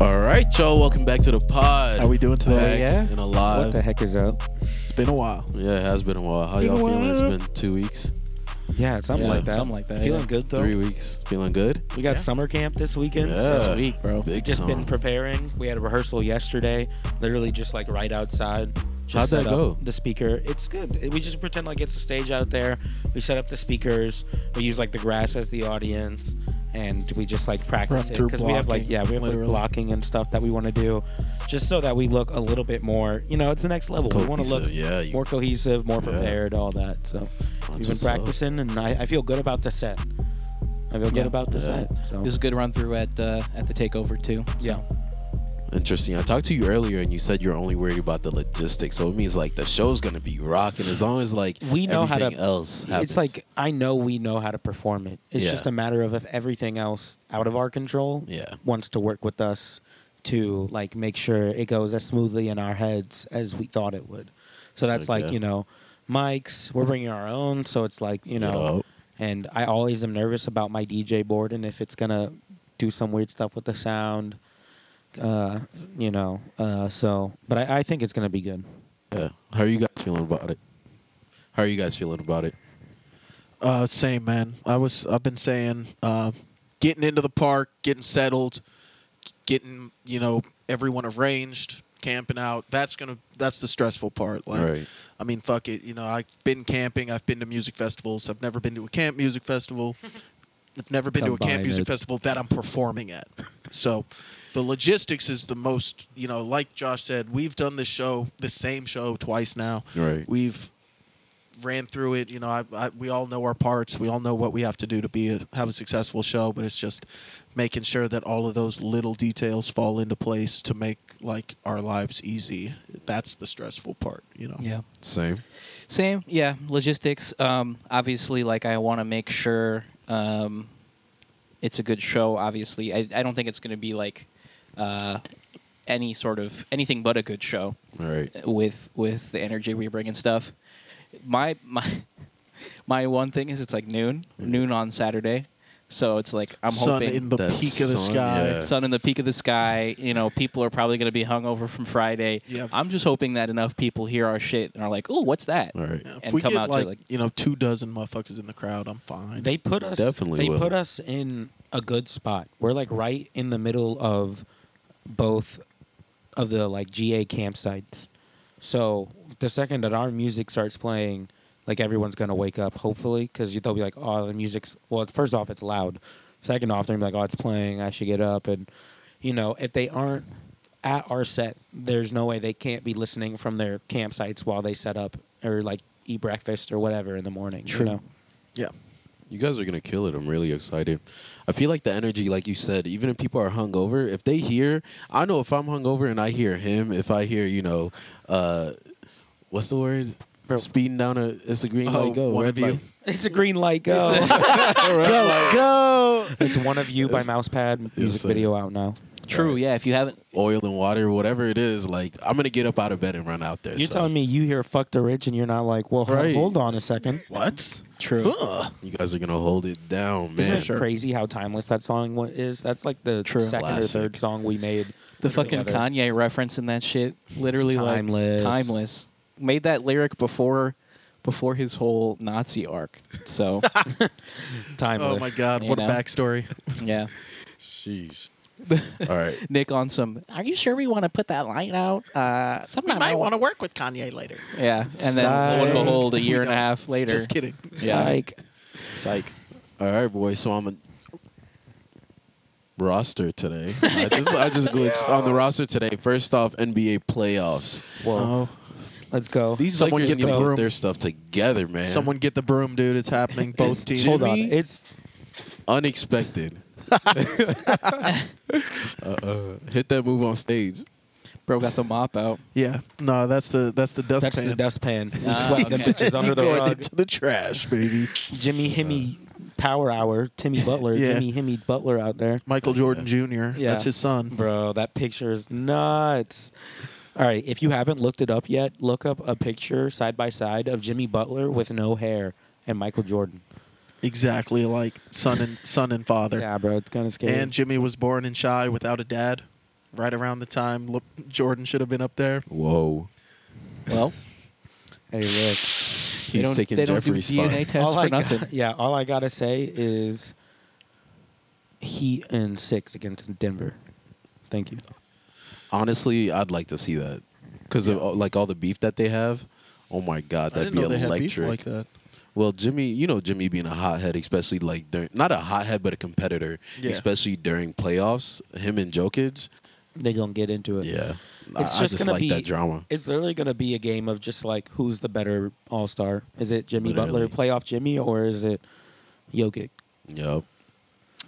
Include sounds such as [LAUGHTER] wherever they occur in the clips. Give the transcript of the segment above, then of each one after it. All right, y'all. Welcome back to the pod. How we doing back today? yeah? and What alive. the heck is up? It's been a while. Yeah, it has been a while. How Been y'all a feeling? It's while. been two weeks, Yeah, something Yeah, like that. Something like that. Feeling yeah. good though. three weeks. Feeling good? We got Yeah. summer camp this weekend. Yeah. So Uh, this week, bro. Big just been song. preparing. We had a rehearsal yesterday, literally just like right outside. Just How'd that set up go? The speaker. It's good. It- We just pretend like it's a stage out there. We set up the speakers. We use like the grass as the audience, and we just like practice it through because we have like blocking, yeah we have like literally. blocking and stuff that we want to do, just so that we look a little bit more. You know, it's the next level. We want to Cohesive, look Yeah, you, more cohesive, more Yeah. prepared, all that. So that's we've been what's up. practicing, and I, I feel good about the set. I feel Yeah. good about the Yeah. set. So It was a good run through at uh, at the takeover too. So. yeah, Interesting. I talked to you earlier, and you said you're only worried about the logistics. So it means like the show's gonna be rocking as long as like We know how to- everything else. Happens. it's like I know we know how to perform it. It's Yeah. just a matter of if everything else out of our control yeah, wants to work with us to like make sure it goes as smoothly in our heads as we thought it would. So that's Like, like yeah. you know, mics. We're bringing our own, so it's like you know. and I always am nervous about my DJ board and if it's gonna do some weird stuff with the sound, uh, you know. Uh, so, but I, I think it's gonna be good. yeah. How are you guys feeling about it? How are you guys feeling about it? Uh, same man. I was. I've been saying, uh, getting into the park, getting settled, getting you know everyone arranged, camping out. That's gonna. That's the stressful part. Like, right. I mean, fuck it. You know, I've been camping. I've been to music festivals. I've never been to a camp music festival. I've never been to a camp Combine music it. festival that I'm performing at. So, the logistics is the most. You know, like Josh said, we've done this show, the same show twice now. Right. We've ran through it. You know, I, I, we all know our parts. We all know what we have to do to be a, have a successful show. But it's just making sure that all of those little details fall into place to make like our lives easy. That's the stressful part. You know. Yeah. Same. Same. Yeah. Logistics. Um, obviously, like I want to make sure um, it's a good show. Obviously, I, I don't think it's going to be like uh, any sort of anything but a good show Right. with with the energy we bring and stuff. My my [LAUGHS] my one thing is it's like noon noon on Saturday, so it's like I'm Mm. sun hoping in the that peak of the sun, sky. yeah. sun in the peak of the sky. You know, people are probably going to be hungover from Friday. Yeah. I'm just hoping that enough people hear our shit and are like, "Oh, what's that?" All right. Yeah, if and we come get out to, like, like- you know two dozen motherfuckers in the crowd, I'm fine. They put us Definitely They will. put us in a good spot. We're like right in the middle of both of the like GA campsites. So the second that our music starts playing, like everyone's gonna wake up hopefully because they'll be like, oh, the music's well. First off, it's loud. Second off, they're gonna be like, oh, it's playing. I should get up and you know if they aren't at our set, there's no way they can't be listening from their campsites while they set up or like eat breakfast or whatever in the morning. True. You know. yeah, You guys are gonna kill it. I'm really excited. I feel like the energy, like you said, even if people are hungover, if they hear, I know if I'm hungover and I hear him, if I hear, you know, uh, what's the word? Bro. Speeding down a, it's a green Oh, light go. one of [LAUGHS] you. light. It's a green light. Go. [LAUGHS] Red light. go. It's one of you by Mousepad. Music sir. video out now. True. Right. Yeah. If you haven't, Oil and water, whatever it is. Like I'm gonna get up out of bed and run out there. You're so. telling me you hear "fuck the rich" and you're not like, well, hold- Right. hold on a second. what? True. Huh. you guys are gonna hold it down, Isn't man. it crazy how timeless that song wa- is? That's like the True. second Classic. or third song we made. the fucking together. Kanye reference in that shit, literally Timeless. like timeless. Made that lyric before, before his whole Nazi arc. [LAUGHS] So Timeless. Oh my god, You what a know? backstory. [LAUGHS] yeah, Jeez. [LAUGHS] All right. Nick on some. Are you sure we want to put that light out? Uh, sometime I wa-" to work with Kanye later. Yeah, and then lo Psych. Oh and behold, a year We and a don't. half later, Just kidding. Yeah. Psych. Psych. All right, boys. So on the roster [LAUGHS] today, I just I just glitched on the roster today. First off, NBA playoffs. Whoa. Let's go. Um, These Someone someone Lakers get need the to put broom. their stuff together, man. Someone get the broom, dude. It's happening. Both It's teams. Jimmy- hold on. Jimmy- It's [LAUGHS] unexpected. uh, uh, hit that move on stage. bro got the mop out. Yeah. No, that's the that's the dustpan. that's the dustpan. We Ah, swept them okay. bitches [LAUGHS] under the Going rug. into the trash, baby. Jimmy Himmy Power Hour. Timmy Butler. Yeah. Jimmy Himmy Butler out there. Michael Jordan Jr. Yeah. That's his son. Bro, that picture is nuts. All right, if you haven't looked it up yet, look up a picture side by side of Jimmy Butler with no hair and Michael Jordan. Exactly like son and son and father. [LAUGHS] Yeah, bro, it's kind of scary. And Jimmy was born in Shy without a dad, right around the time Le- Jordan should have been up there. Whoa. Well, Hey, [LAUGHS] look. they He's don't, taking they Jeffrey's don't do DNA spot. tests all for I got- nothing. [LAUGHS] yeah, all I gotta say is he in six against Denver. Thank you. Honestly, I'd like to see that because of all- like all the beef that they have. Oh my God, I that'd didn't be know they had beef electric. like that. Well, Jimmy, you know Jimmy being a hothead, especially like during not a hothead but a competitor, Yeah. especially during playoffs. Him and Jokic, They gonna get into it. yeah, I- It's I, just gonna like be- that drama. It's literally gonna be a game of just like who's the better All Star? Is it Jimmy Literally. Butler, playoff Jimmy, or is it Jokic? Yep.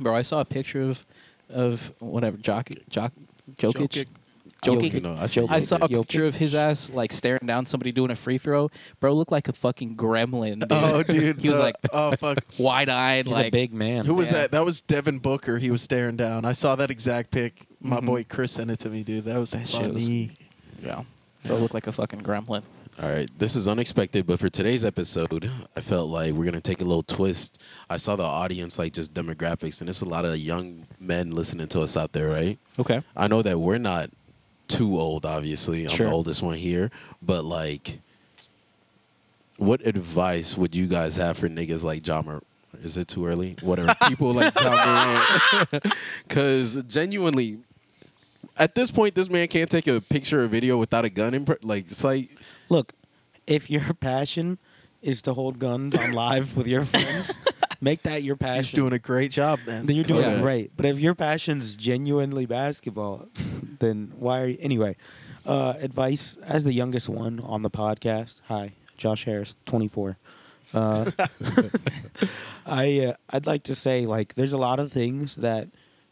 Bro, I saw a picture of of whatever Jock Jock Jokic. Jokic. Jokic. You know, I said I saw a Jokic. picture of his ass like staring down somebody doing a free throw. Bro looked like a fucking gremlin. Dude. [LAUGHS] Oh, [LAUGHS] dude. he was the- like oh [LAUGHS] fuck. wide eyed, He's like a big man. Who was Yeah. that? That was Devin Booker. He was staring down. I saw that exact pick. My Mm-hmm. Mhm. boy Chris sent it to me, dude. That was That shit was- funny. yeah. Bro looked like a fucking gremlin. All right, this is unexpected, but for today's episode, I felt like we're gonna take a little twist. I saw the audience like just demographics, and it's a lot of young men listening to us out there, right? Okay. I know that we're not too old, obviously. I'm Sure. the oldest one here, but like, what advice would you guys have for niggas like John? Mor- is it too early? Whatever. People like John [LAUGHS] because genuinely, at this point, this man can't take a picture or video without a gun. In pr- like, it's like, Look, if your [LAUGHS] passion is to hold guns on live with your friends, make that your passion. He's doing a great job, man. then you're doing Yeah. great. But if your passion's genuinely basketball, [LAUGHS] then why are you anyway? Uh, advice as the youngest one on the podcast. Hi, Josh Harris, 24. Uh, [LAUGHS] I uh, I'd like to say like there's a lot of things that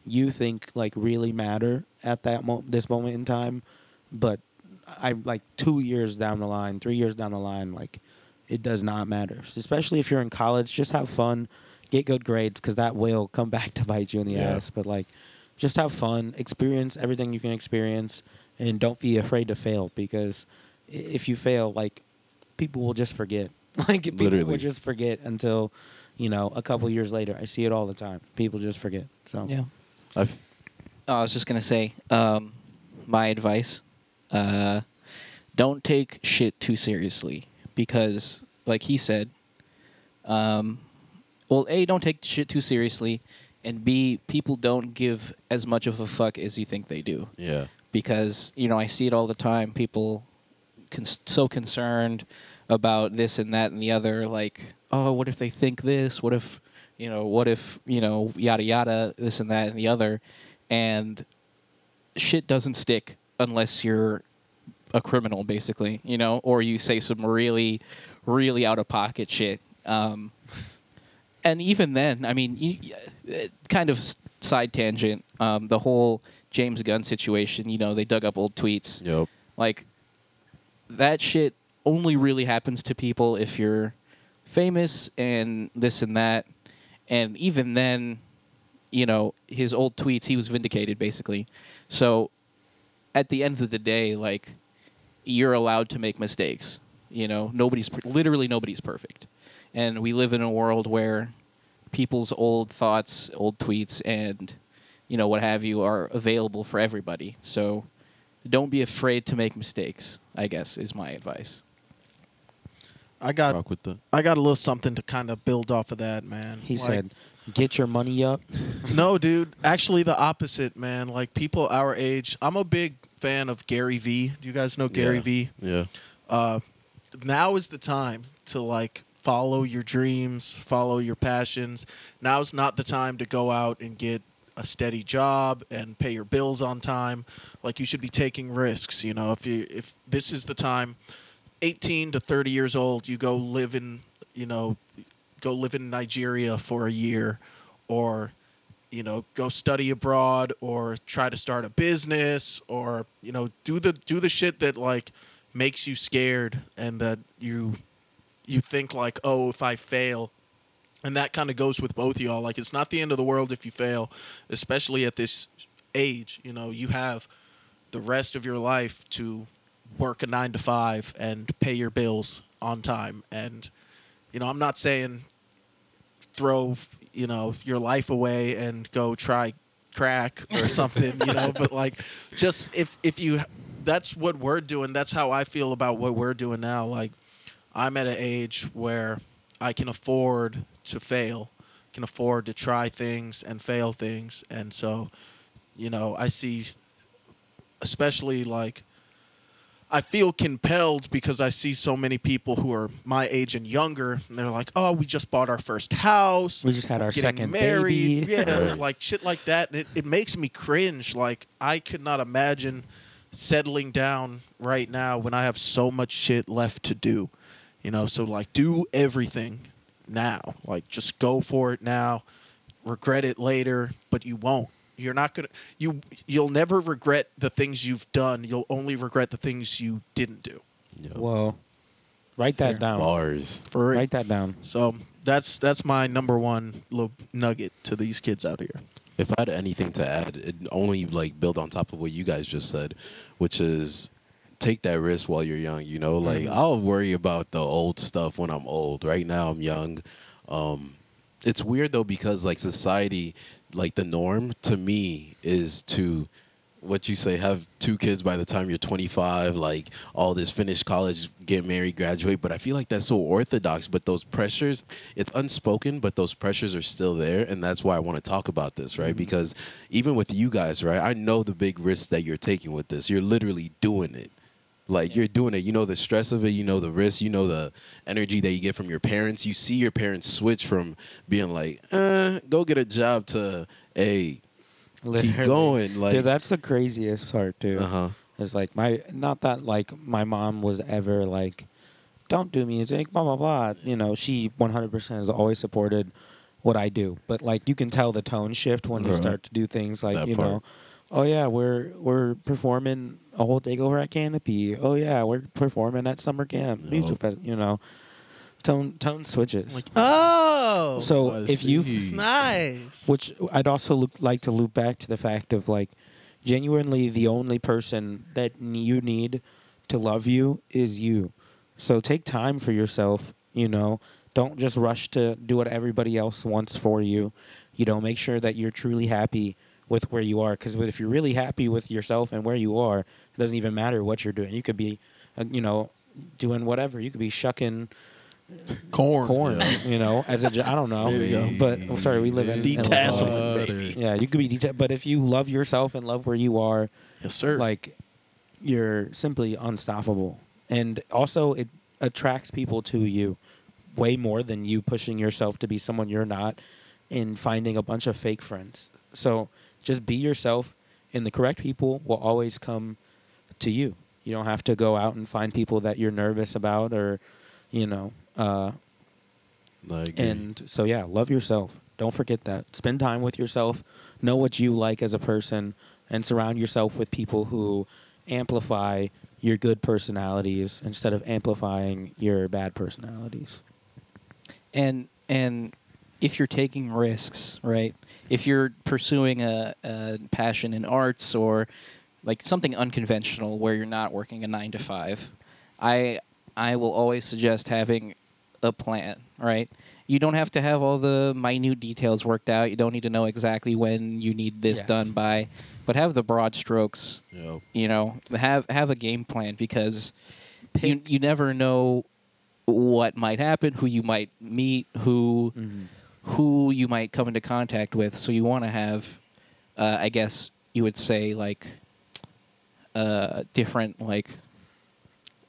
you think like really matter at that mo- this moment in time, but I'm like two years down the line, three years down the line, like it does not matter. So especially if you're in college, just have fun, get good grades, because that will come [LAUGHS] back to bite you in the Yeah. ass. But like, just have fun, experience everything you can experience, and don't be afraid to fail because i- if you fail, like people will just forget. [LAUGHS] Like people Literally. will just forget until you know a couple years later. I see it all the time. People just forget. So Yeah. I f- I was just gonna say, um, my advice: uh, don't take shit too seriously because, like he said, um, well, a don't take shit too seriously, and b people don't give as much of a fuck as you think they do yeah, because you know I see it all the time. People cons- so concerned about this and that and the other. Like, oh, what if they think this? What if you know? What if you know? Yada yada. This and that and the other, and shit doesn't stick unless you're a criminal, basically. You know, or you say some really, really out of pocket shit. Um, and even then, I mean, you, uh, kind of s- side tangent. Um, the whole James Gunn situation, you know, they dug up old tweets. yep, Like that shit only really happens to people if you're famous and this and that. And even then, you know, his old tweets, he was vindicated basically. So at the end of the day, like you're allowed to make mistakes. You know, nobody's per- literally nobody's perfect. And we live in a world where people's old thoughts, old tweets and you know, what have you are available for everybody. So don't be afraid to make mistakes, I guess, is my advice. I got rock with the. I got a little something to kind of build off of that, man. he Like, said, "Get your money up." No, dude. Actually, the opposite, man. Like people our age. I'm a big fan of Gary Vee. Do you guys know Gary yeah. Vee? Yeah, Uh, now is the time to like follow your dreams, follow your passions. Now's not the time to go out and get a steady job and pay your bills on time. Like you should be taking risks, you know. If you if this is the time 18 to 30 years old, you go live in, you know, go live in Nigeria for a year or you know go study abroad or try to start a business or you know do the do the shit that like makes you scared and that you you think like oh if i fail and that kind of goes with both of y'all like it's not the end of the world if you fail especially at this age you know you have the rest of your life to work a 9 to 5 and pay your bills on time and you know i'm not saying throw you know your life away and go try crack or something, you know. But like, just if if you, that's what we're doing. That's how I feel about what we're doing now. Like, I'm at an age where I can afford to fail, can afford to try things and fail things, and so, you know, I see, especially like. I feel compelled because I see so many people who are my age and younger, and they're like, "Oh, we just bought our first house We just had our getting second married, baby. Yeah, Right. like shit like that. And it, it makes me cringe. Like I could not imagine settling down right now when I have so much shit left to do. You know, so like do everything now. Like just go for it now. Regret it later, but you won't. You're not gonna you you'll never regret the things you've done. You'll only regret the things you didn't do. Whoa. Write that down. Bars. For real. Write that down. So that's that's my number one little nugget to these kids out here. If I had anything to add, it only like build on top of what you guys just said, which is take that risk while you're young. You know, like I'll worry about the old stuff when I'm old. Right now, I'm young. Um, it's weird though because like society, like the norm to me is to what you say have two kids by the time you're 25 like all this finish college get married graduate but i feel like that's so orthodox but those pressures it's unspoken but those pressures are still there and that's why i want to talk about this right because even with you guys right i know the big risk that you're taking with this you're literally doing it like you're doing it. You know the stress of it. You know the risk. You know the energy that you get from your parents. You see your parents switch from being like, eh, "Go get a job" to, "Hey, Literally. going, like- Dude, that's the craziest part, too. uh huh, It's like my not that like my mom was ever like, don't do music, blah blah blah. You know, she 100% has always supported what I do. But like you can tell the tone shift when you Right. start to do things like That you part. know, oh yeah, we're we're performing a whole takeover at Canopy. Oh yeah, we're performing at summer camp, Yup. music fest. You know, tone tone switches. Oh, so I if you see. nice. which I'd also look, like to loop back to the fact of like, genuinely, the only person that n- you need to love you is you. So take time for yourself. You know, don't just rush to do what everybody else wants for you. You know, make sure that you're truly happy with where you are. Because if you're really happy with yourself and where you are, it doesn't even matter what you're doing. You could be, uh, you know, doing whatever. You could be shucking corn. corn. You know, as a jo- I don't know. There you go. But I'm sorry, we live in in Detasseling. Illinois. baby. Yeah, you could be detailed, but if you love yourself and love where you are, Yes, sir. like you're simply unstoppable. And also, it attracts people to you way more than you pushing yourself to be someone you're not and finding a bunch of fake friends. So just be yourself, and the correct people will always come to you. You don't have to go out and find people that you're nervous about or, you know, uh, like and so, yeah, love yourself. Don't forget that. Spend time with yourself. Know what you like as a person and surround yourself with people who amplify your good personalities instead of amplifying your bad personalities. and and if you're taking risks, right? If you're pursuing a, a passion in arts or like something unconventional where you're not working a nine to five, I I will always suggest having a plan, right? You don't have to have all the minute details worked out. You don't need to know exactly when you need this Yeah. done by, but have the broad strokes you know, you know have have a game plan because you, you never know what might happen who you might meet who who you might come into contact with so you want to have uh, i guess you would say like uh, different like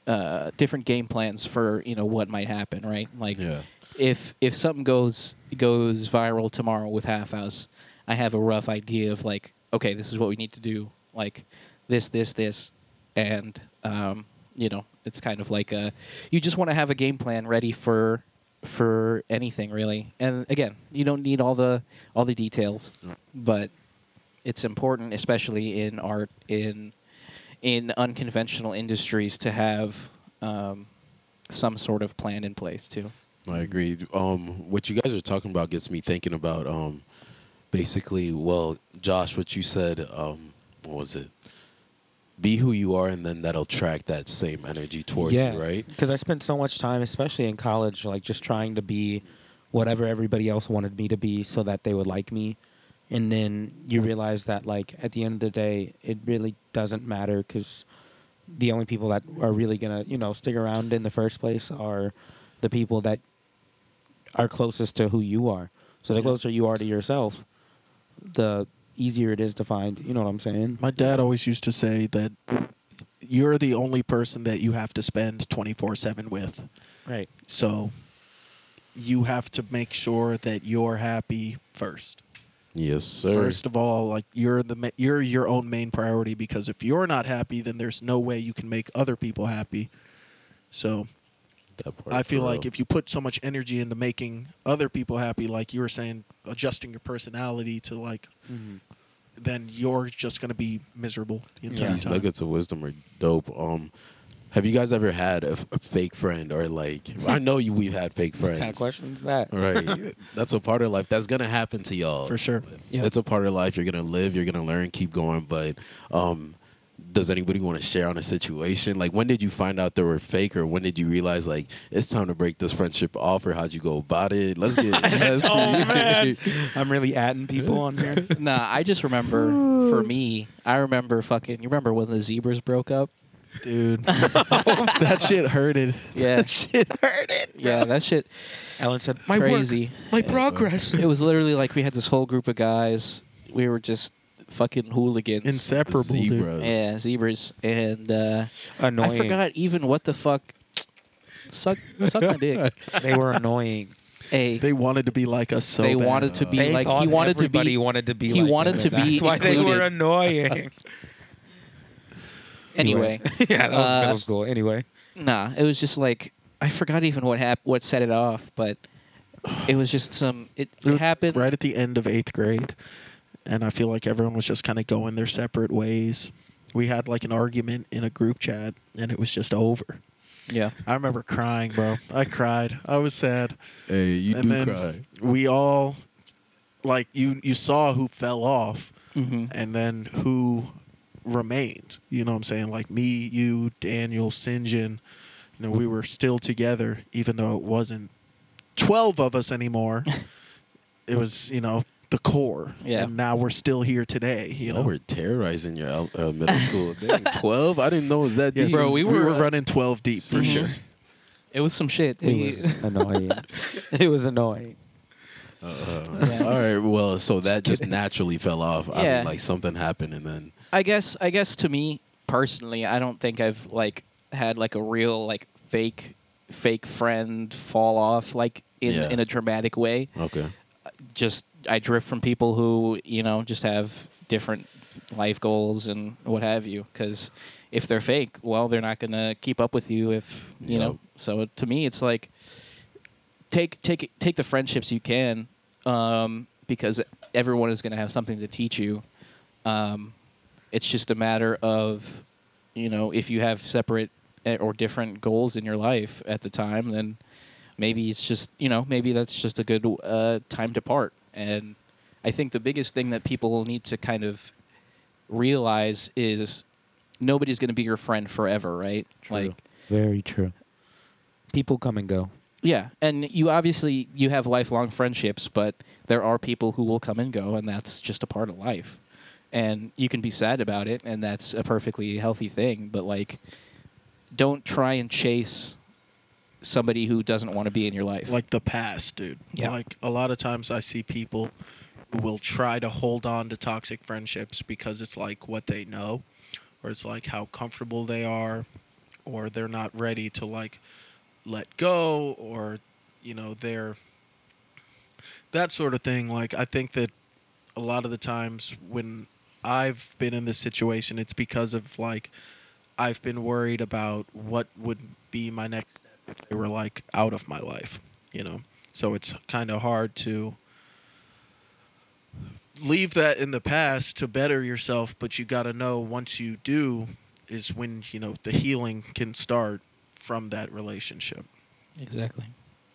uh, different game plans for you know what might happen right like yeah, if if something goes goes viral tomorrow with Half House, I have a rough idea of like, okay, this is what we need to do, like this, this, this, and um, you know, it's kind of like a you just want to have a game plan ready for for anything really. And again, you don't need all the all the details, but it's important, especially in art in in unconventional industries, to have um, some sort of plan in place too. I agree. Um, what you guys are talking about gets me thinking about um, basically, well, Josh, what you said, um, what was it? Be who you are, and then that'll track that same energy towards you, right? Because I spent so much time, especially in college, like just trying to be whatever everybody else wanted me to be so that they would like me. and then you realize that like at the end of the day it really doesn't matter because the only people that are really gonna you know stick around in the first place are the people that are closest to who you are so the Yeah. closer you are to yourself the easier it is to find you know what i'm saying My dad always used to say that you're the only person that you have to spend 24 7 with. right So you have to make sure that you're happy first. Yes, sir. First of all, like you're the ma- you're your own main priority because if you're not happy, then there's no way you can make other people happy. So That part I feel for like uh, real. if you put so much energy into making other people happy, like you were saying, adjusting your personality to like, Mm-hmm. then you're just gonna be miserable the entire Yeah. these time. nuggets of wisdom are dope. Um, have you guys ever had a, f- a fake friend or like? I know you. We've had fake friends. what kind of questions that Right. That's a part of life. That's gonna happen to y'all. For sure. Yeah. It's a part of life. You're gonna live. You're gonna learn. Keep going. But um, does anybody want to share on a situation? Like, when did you find out they were fake, or when did you realize like it's time to break this friendship off, or how'd you go about it? Let's [LAUGHS] get. messy. Oh, i'm really adding people [LAUGHS] on here nah, I just remember for me, I remember fucking. You remember when the zebras broke [LAUGHS] up? [LAUGHS] Dude, [LAUGHS] that shit hurted. Yeah, that shit hurt it. Yeah, that shit ellen said my work, crazy. my Yeah. progress It was literally like we had this whole group of guys. We were just fucking hooligans. Inseparable, dude. Zebras. Yeah, zebras. And uh, annoying I forgot even what the fuck. Suck, suck my [LAUGHS] dick. they were [LAUGHS] annoying Hey, They wanted to be like us so they bad. wanted to be They like he thought wanted to everybody be wanted to be he like wanted them. to that's be why they were included. [LAUGHS] annoying anyway. [LAUGHS] yeah that was Uh, middle school anyway Nah, it was just like I forgot even what hap- what set it off, but it was just some it, it happened. right at the end of eighth grade, and I feel like everyone was just kind of going their separate ways. We had like an argument in a group chat, and it was just over. Yeah. I remember crying, bro. I cried. I was sad. [LAUGHS] Hey, you and do then cry. we all like you you saw who fell off Mm-hmm. and then who remained you know what i'm saying like me you daniel sinjin you know we were still together even though it wasn't 12 of us [LAUGHS] anymore it was you know the core Yeah. and now we're still here today you Y'all know were terrorizing your el- uh, [LAUGHS] middle school. Dang, Twelve? I didn't know it was that Yes, deep. Bro, we were, uh, running 12 deep for Mhm. Mm-hmm. sure It was some shit. it was [LAUGHS] annoying it was annoying Uh, Yeah. All right. Well, so that [LAUGHS] just naturally fell off. I Yeah. mean, like something happened, and then I guess I guess to me personally, I don't think I've like had like a real like fake fake friend fall off like in Yeah. in a dramatic way. okay. Just I drift from people who, you know, just have different life goals and what have you cuz if they're fake, well, they're not going to keep up with you if, you know. Yep. So to me it's like take take take the friendships you can um, because everyone is going to have something to teach you. Um, it's just a matter of you know if you have separate eh, or different goals in your life at the time, then maybe it's just you know maybe that's just a good uh, time to part. And I think the biggest thing that people need to kind of realize is nobody's going to be your friend forever, right? Like very true people come and go yeah, and you obviously you have lifelong friendships, but there are people who will come and go, and that's just a part of life. And you can be sad about it, and that's a perfectly healthy thing. But like, don't try and chase somebody who doesn't want to be in your life. like the past, dude. Yeah. Like a lot of times I see people who will try to hold on to toxic friendships because it's like what they know or it's like how comfortable they are or they're not ready to like let go or you know they're that sort of thing like I think that a lot of the times when I've been in this situation it's because of like I've been worried about what would be my next step if they were like out of my life, you know. So it's kind of hard to leave that in the past to better yourself, but you got to know once you do is when, you know, the healing can start from that relationship. exactly.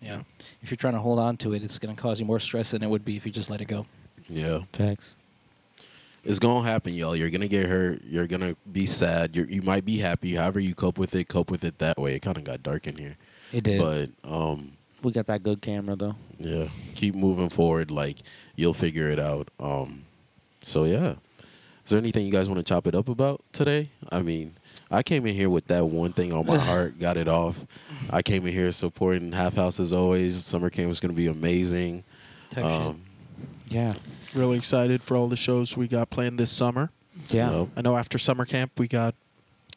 Yeah. If you're trying to hold on to it, it's going to cause you more stress than it would be if you just let it go. Yeah, facts it's gonna happen, y'all. You're gonna get hurt. You're gonna be sad. You're, you might be happy. However, you cope with it. Cope with it that way. It kind of got dark in here, it did but um, we got that good camera though yeah. Keep moving forward. Like you'll figure it out. Um, So yeah. Is there anything you guys want to chop it up about today? I mean, I came in here with that one thing [LAUGHS] on my heart, got it off. I came in here supporting Half House as always. Summer camp was going to be amazing. Type Um, Yeah. Really excited for all the shows we got planned this summer. Yeah. you know, I know after summer camp, we got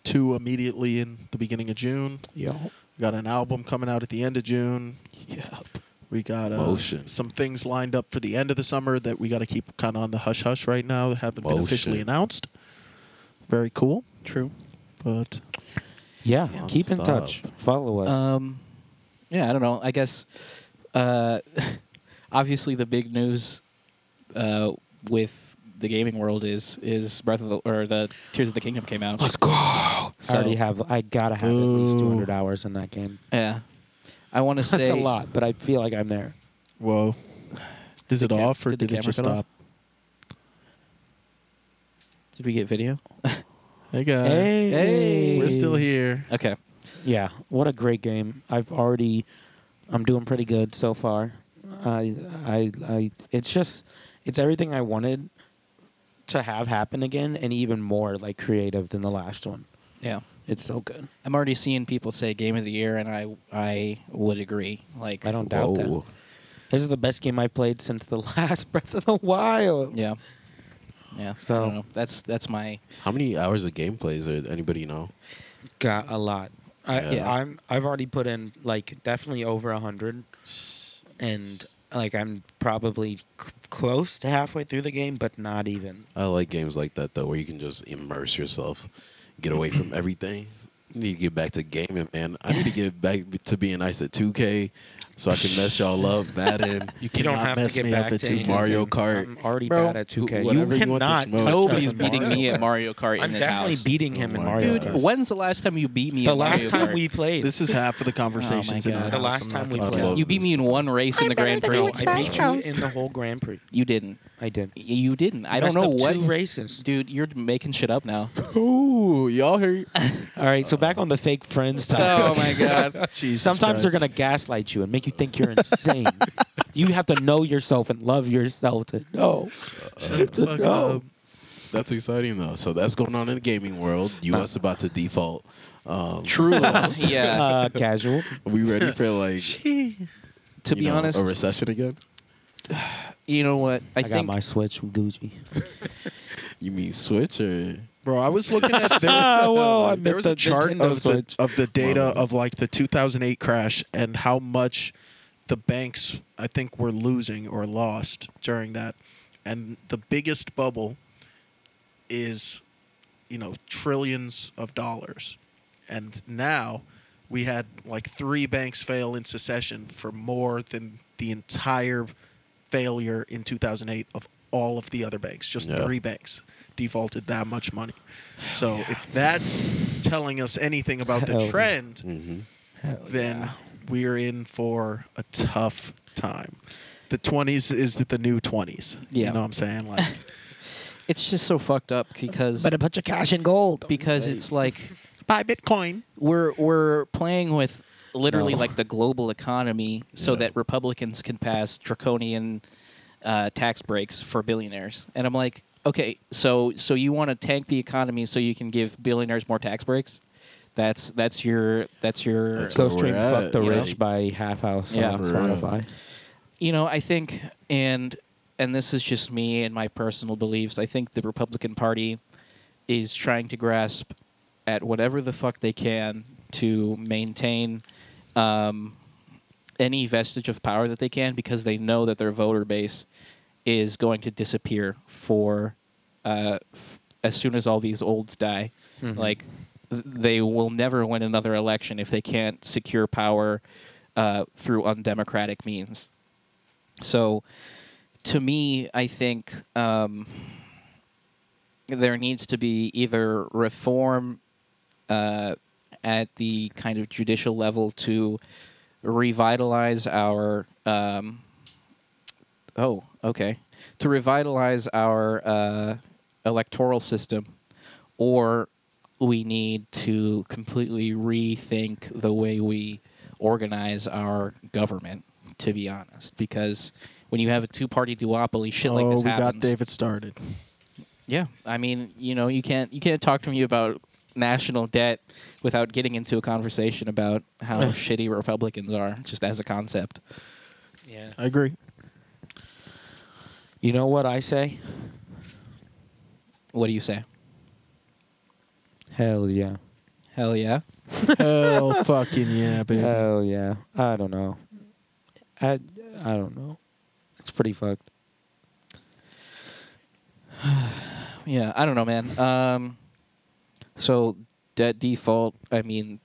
two immediately in the beginning of June. Yo. We got an album coming out at the end of June. Yep. We got uh, Motion. some things lined up for the end of the summer that we got to keep kind of on the hush hush right now that haven't been officially Motion. announced. Very cool, shit. True. but Yeah. Yeah. Keep in Stop. touch. Follow us. Um, yeah, I don't know. I guess uh, [LAUGHS] obviously the big news uh, with the gaming world is is Breath of the or the Tears of the Kingdom came out. Let's go. So- I already have. I gotta have at least Ooh. 200 hours in that game. Yeah, I want to say [LAUGHS] That's a lot, but I feel like I'm there. whoa. Is it the cam- off or did the did, it camera just cut off? stop? Did we get video? Hey guys, Hey. we're still here. Okay. Yeah, what a great game! I've already, I'm doing pretty good so far. I, I, I. It's just, it's everything I wanted to have happen again, and even more like creative than the last one. Yeah. It's so good. I'm already seeing people say game of the year, and I I would agree. Like I don't doubt whoa. that. This is the best game I've played since the [LAUGHS] last Breath of the Wild. Yeah. Yeah. So I So- don't know. that's that's my How many hours of gameplay is there? Anybody know? got a lot. I, Yeah. I'm, I've already put in like definitely over a hundred, and like I'm probably c- close to halfway through the game, but not even. I like games like that though, where you can just immerse yourself, get away from everything. You need to get back to gaming, man. I need to get back to being nice at 2K, so I can mess y'all up, Madden. You don't cannot have to mess get me back up at to two anything. Mario Kart. I'm already Bro, bad at 2K. wh- whatever you want to cannot smoke. touch nobody's us in beating Mario me at Kart. Mario Kart I'm in this definitely house. beating him Oh in my Mario Dude, Yeah. Kart. when's the last time you beat me? The in last Mario time Kart? we played, This is half of the conversations in our God. The house, last I'm time not we gonna played, lie. you beat me in one race in the Grand Prix. no, I beat you in the whole Grand Prix. You didn't. I did. Y- You didn't. I don't Messed know up what two races. Dude, you're making shit up [LAUGHS] now. [LAUGHS] Ooh, y'all hear? All right, so back on the fake friends topic. oh [LAUGHS] my god. Jesus [LAUGHS] Sometimes they're Christ. gonna gaslight you and make you think [LAUGHS] you're insane. you have to know yourself and love yourself to know. to Fuck know. up. That's exciting though. So that's going on in the gaming world. U.S. about to default. Um, True. yeah. [LAUGHS] [LAUGHS] Uh, casual. are we ready [LAUGHS] for like to you be know, honest, a recession again? you know what? I, I, got think my switch from Gucci. You mean Switch or? Bro, I was looking [LAUGHS] at there was, Ah, well, I there was a meant the chart Nintendo of the, Switch. of the data Wow. of like the 2008 crash and how much the banks I think were losing or lost during that. And the biggest bubble is you know trillions of dollars. And now we had like three banks fail in succession for more than the entire failure in 2008 of all of the other banks. Just Yeah. three banks defaulted that much money. So if that's telling us anything about Hell the yeah. trend, Mm-hmm. then we're in for a tough time. The 20s is the new 20s. Yeah. You know what I'm saying? Like it's just so fucked up because Better put your cash in gold. because it's like buy Bitcoin. we're we're playing with literally No. like the global economy so Oh. Yeah. that Republicans can pass draconian uh, tax breaks for billionaires. And I'm like, okay, so so you want to tank the economy so you can give billionaires more tax breaks? That's that's your that's your That's Go where stream we're at, "Fuck the yeah. Rich" by Half House Yeah. on For Spotify. real. you know I think and and this is just me and my personal beliefs. I think the Republican Party is trying to grasp at whatever the fuck they can to maintain um, any vestige of power that they can because they know that their voter base is going to disappear for uh, f- as soon as all these olds die. Mhm. Like th- they will never win another election if they can't secure power uh, through undemocratic means. So, to me, I think um, there needs to be either reform uh, at the kind of judicial level to revitalize our. Um, oh, okay. To revitalize our uh, electoral system, or we need to completely rethink the way we organize our government. To be honest, because when you have a two-party duopoly, shit like oh, this we happens. got David started. Yeah, I mean, you know, you can't you can't talk to me about national debt without getting into a conversation about how shitty Republicans are, just as a concept. Yeah. I agree. You know what I say? What do you say? Hell yeah. Hell yeah. Hell fucking yeah, baby. Hell yeah. I don't know. I I don't know. It's pretty fucked. Yeah, I don't know, man. Um, so debt default. I mean,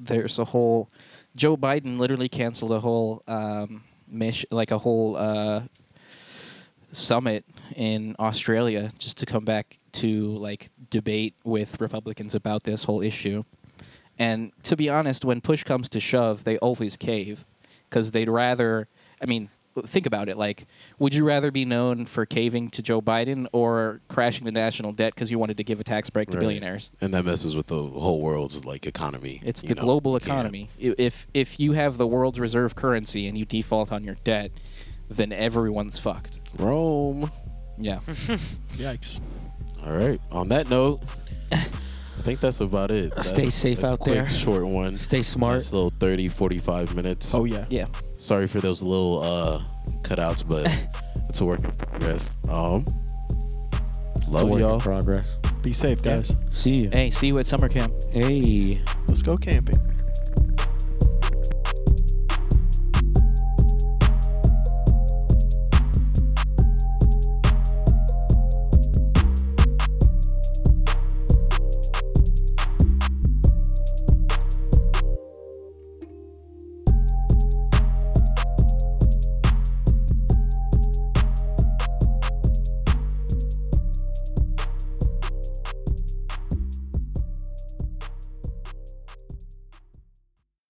there's a whole. Joe Biden literally canceled a whole um, mission, like a whole uh, summit in Australia, just to come back to like debate with Republicans about this whole issue. And to be honest, when push comes to shove, they always cave because they'd rather. I mean, think about it. Like, would you rather be known for caving to Joe Biden or crashing the national debt because you wanted to give a tax break to Right. billionaires? and that messes with the whole world's like economy. It's you the know? global Yeah. economy. I- If if you have the world's reserve currency and you default on your debt, then everyone's fucked. Rome. Yeah. Yikes. All right. On that note, I think that's about it. That's- Stay safe that's a out quick, there. Short one. Stay smart. Nice little 30, 45 minutes. Oh yeah. yeah. sorry for those little uh cutouts, [LAUGHS] but it's a work in progress. Um, It's a love work in y'all. Progress. Be safe, guys. See you. Hey, see you at summer camp. hey. Let's go camping.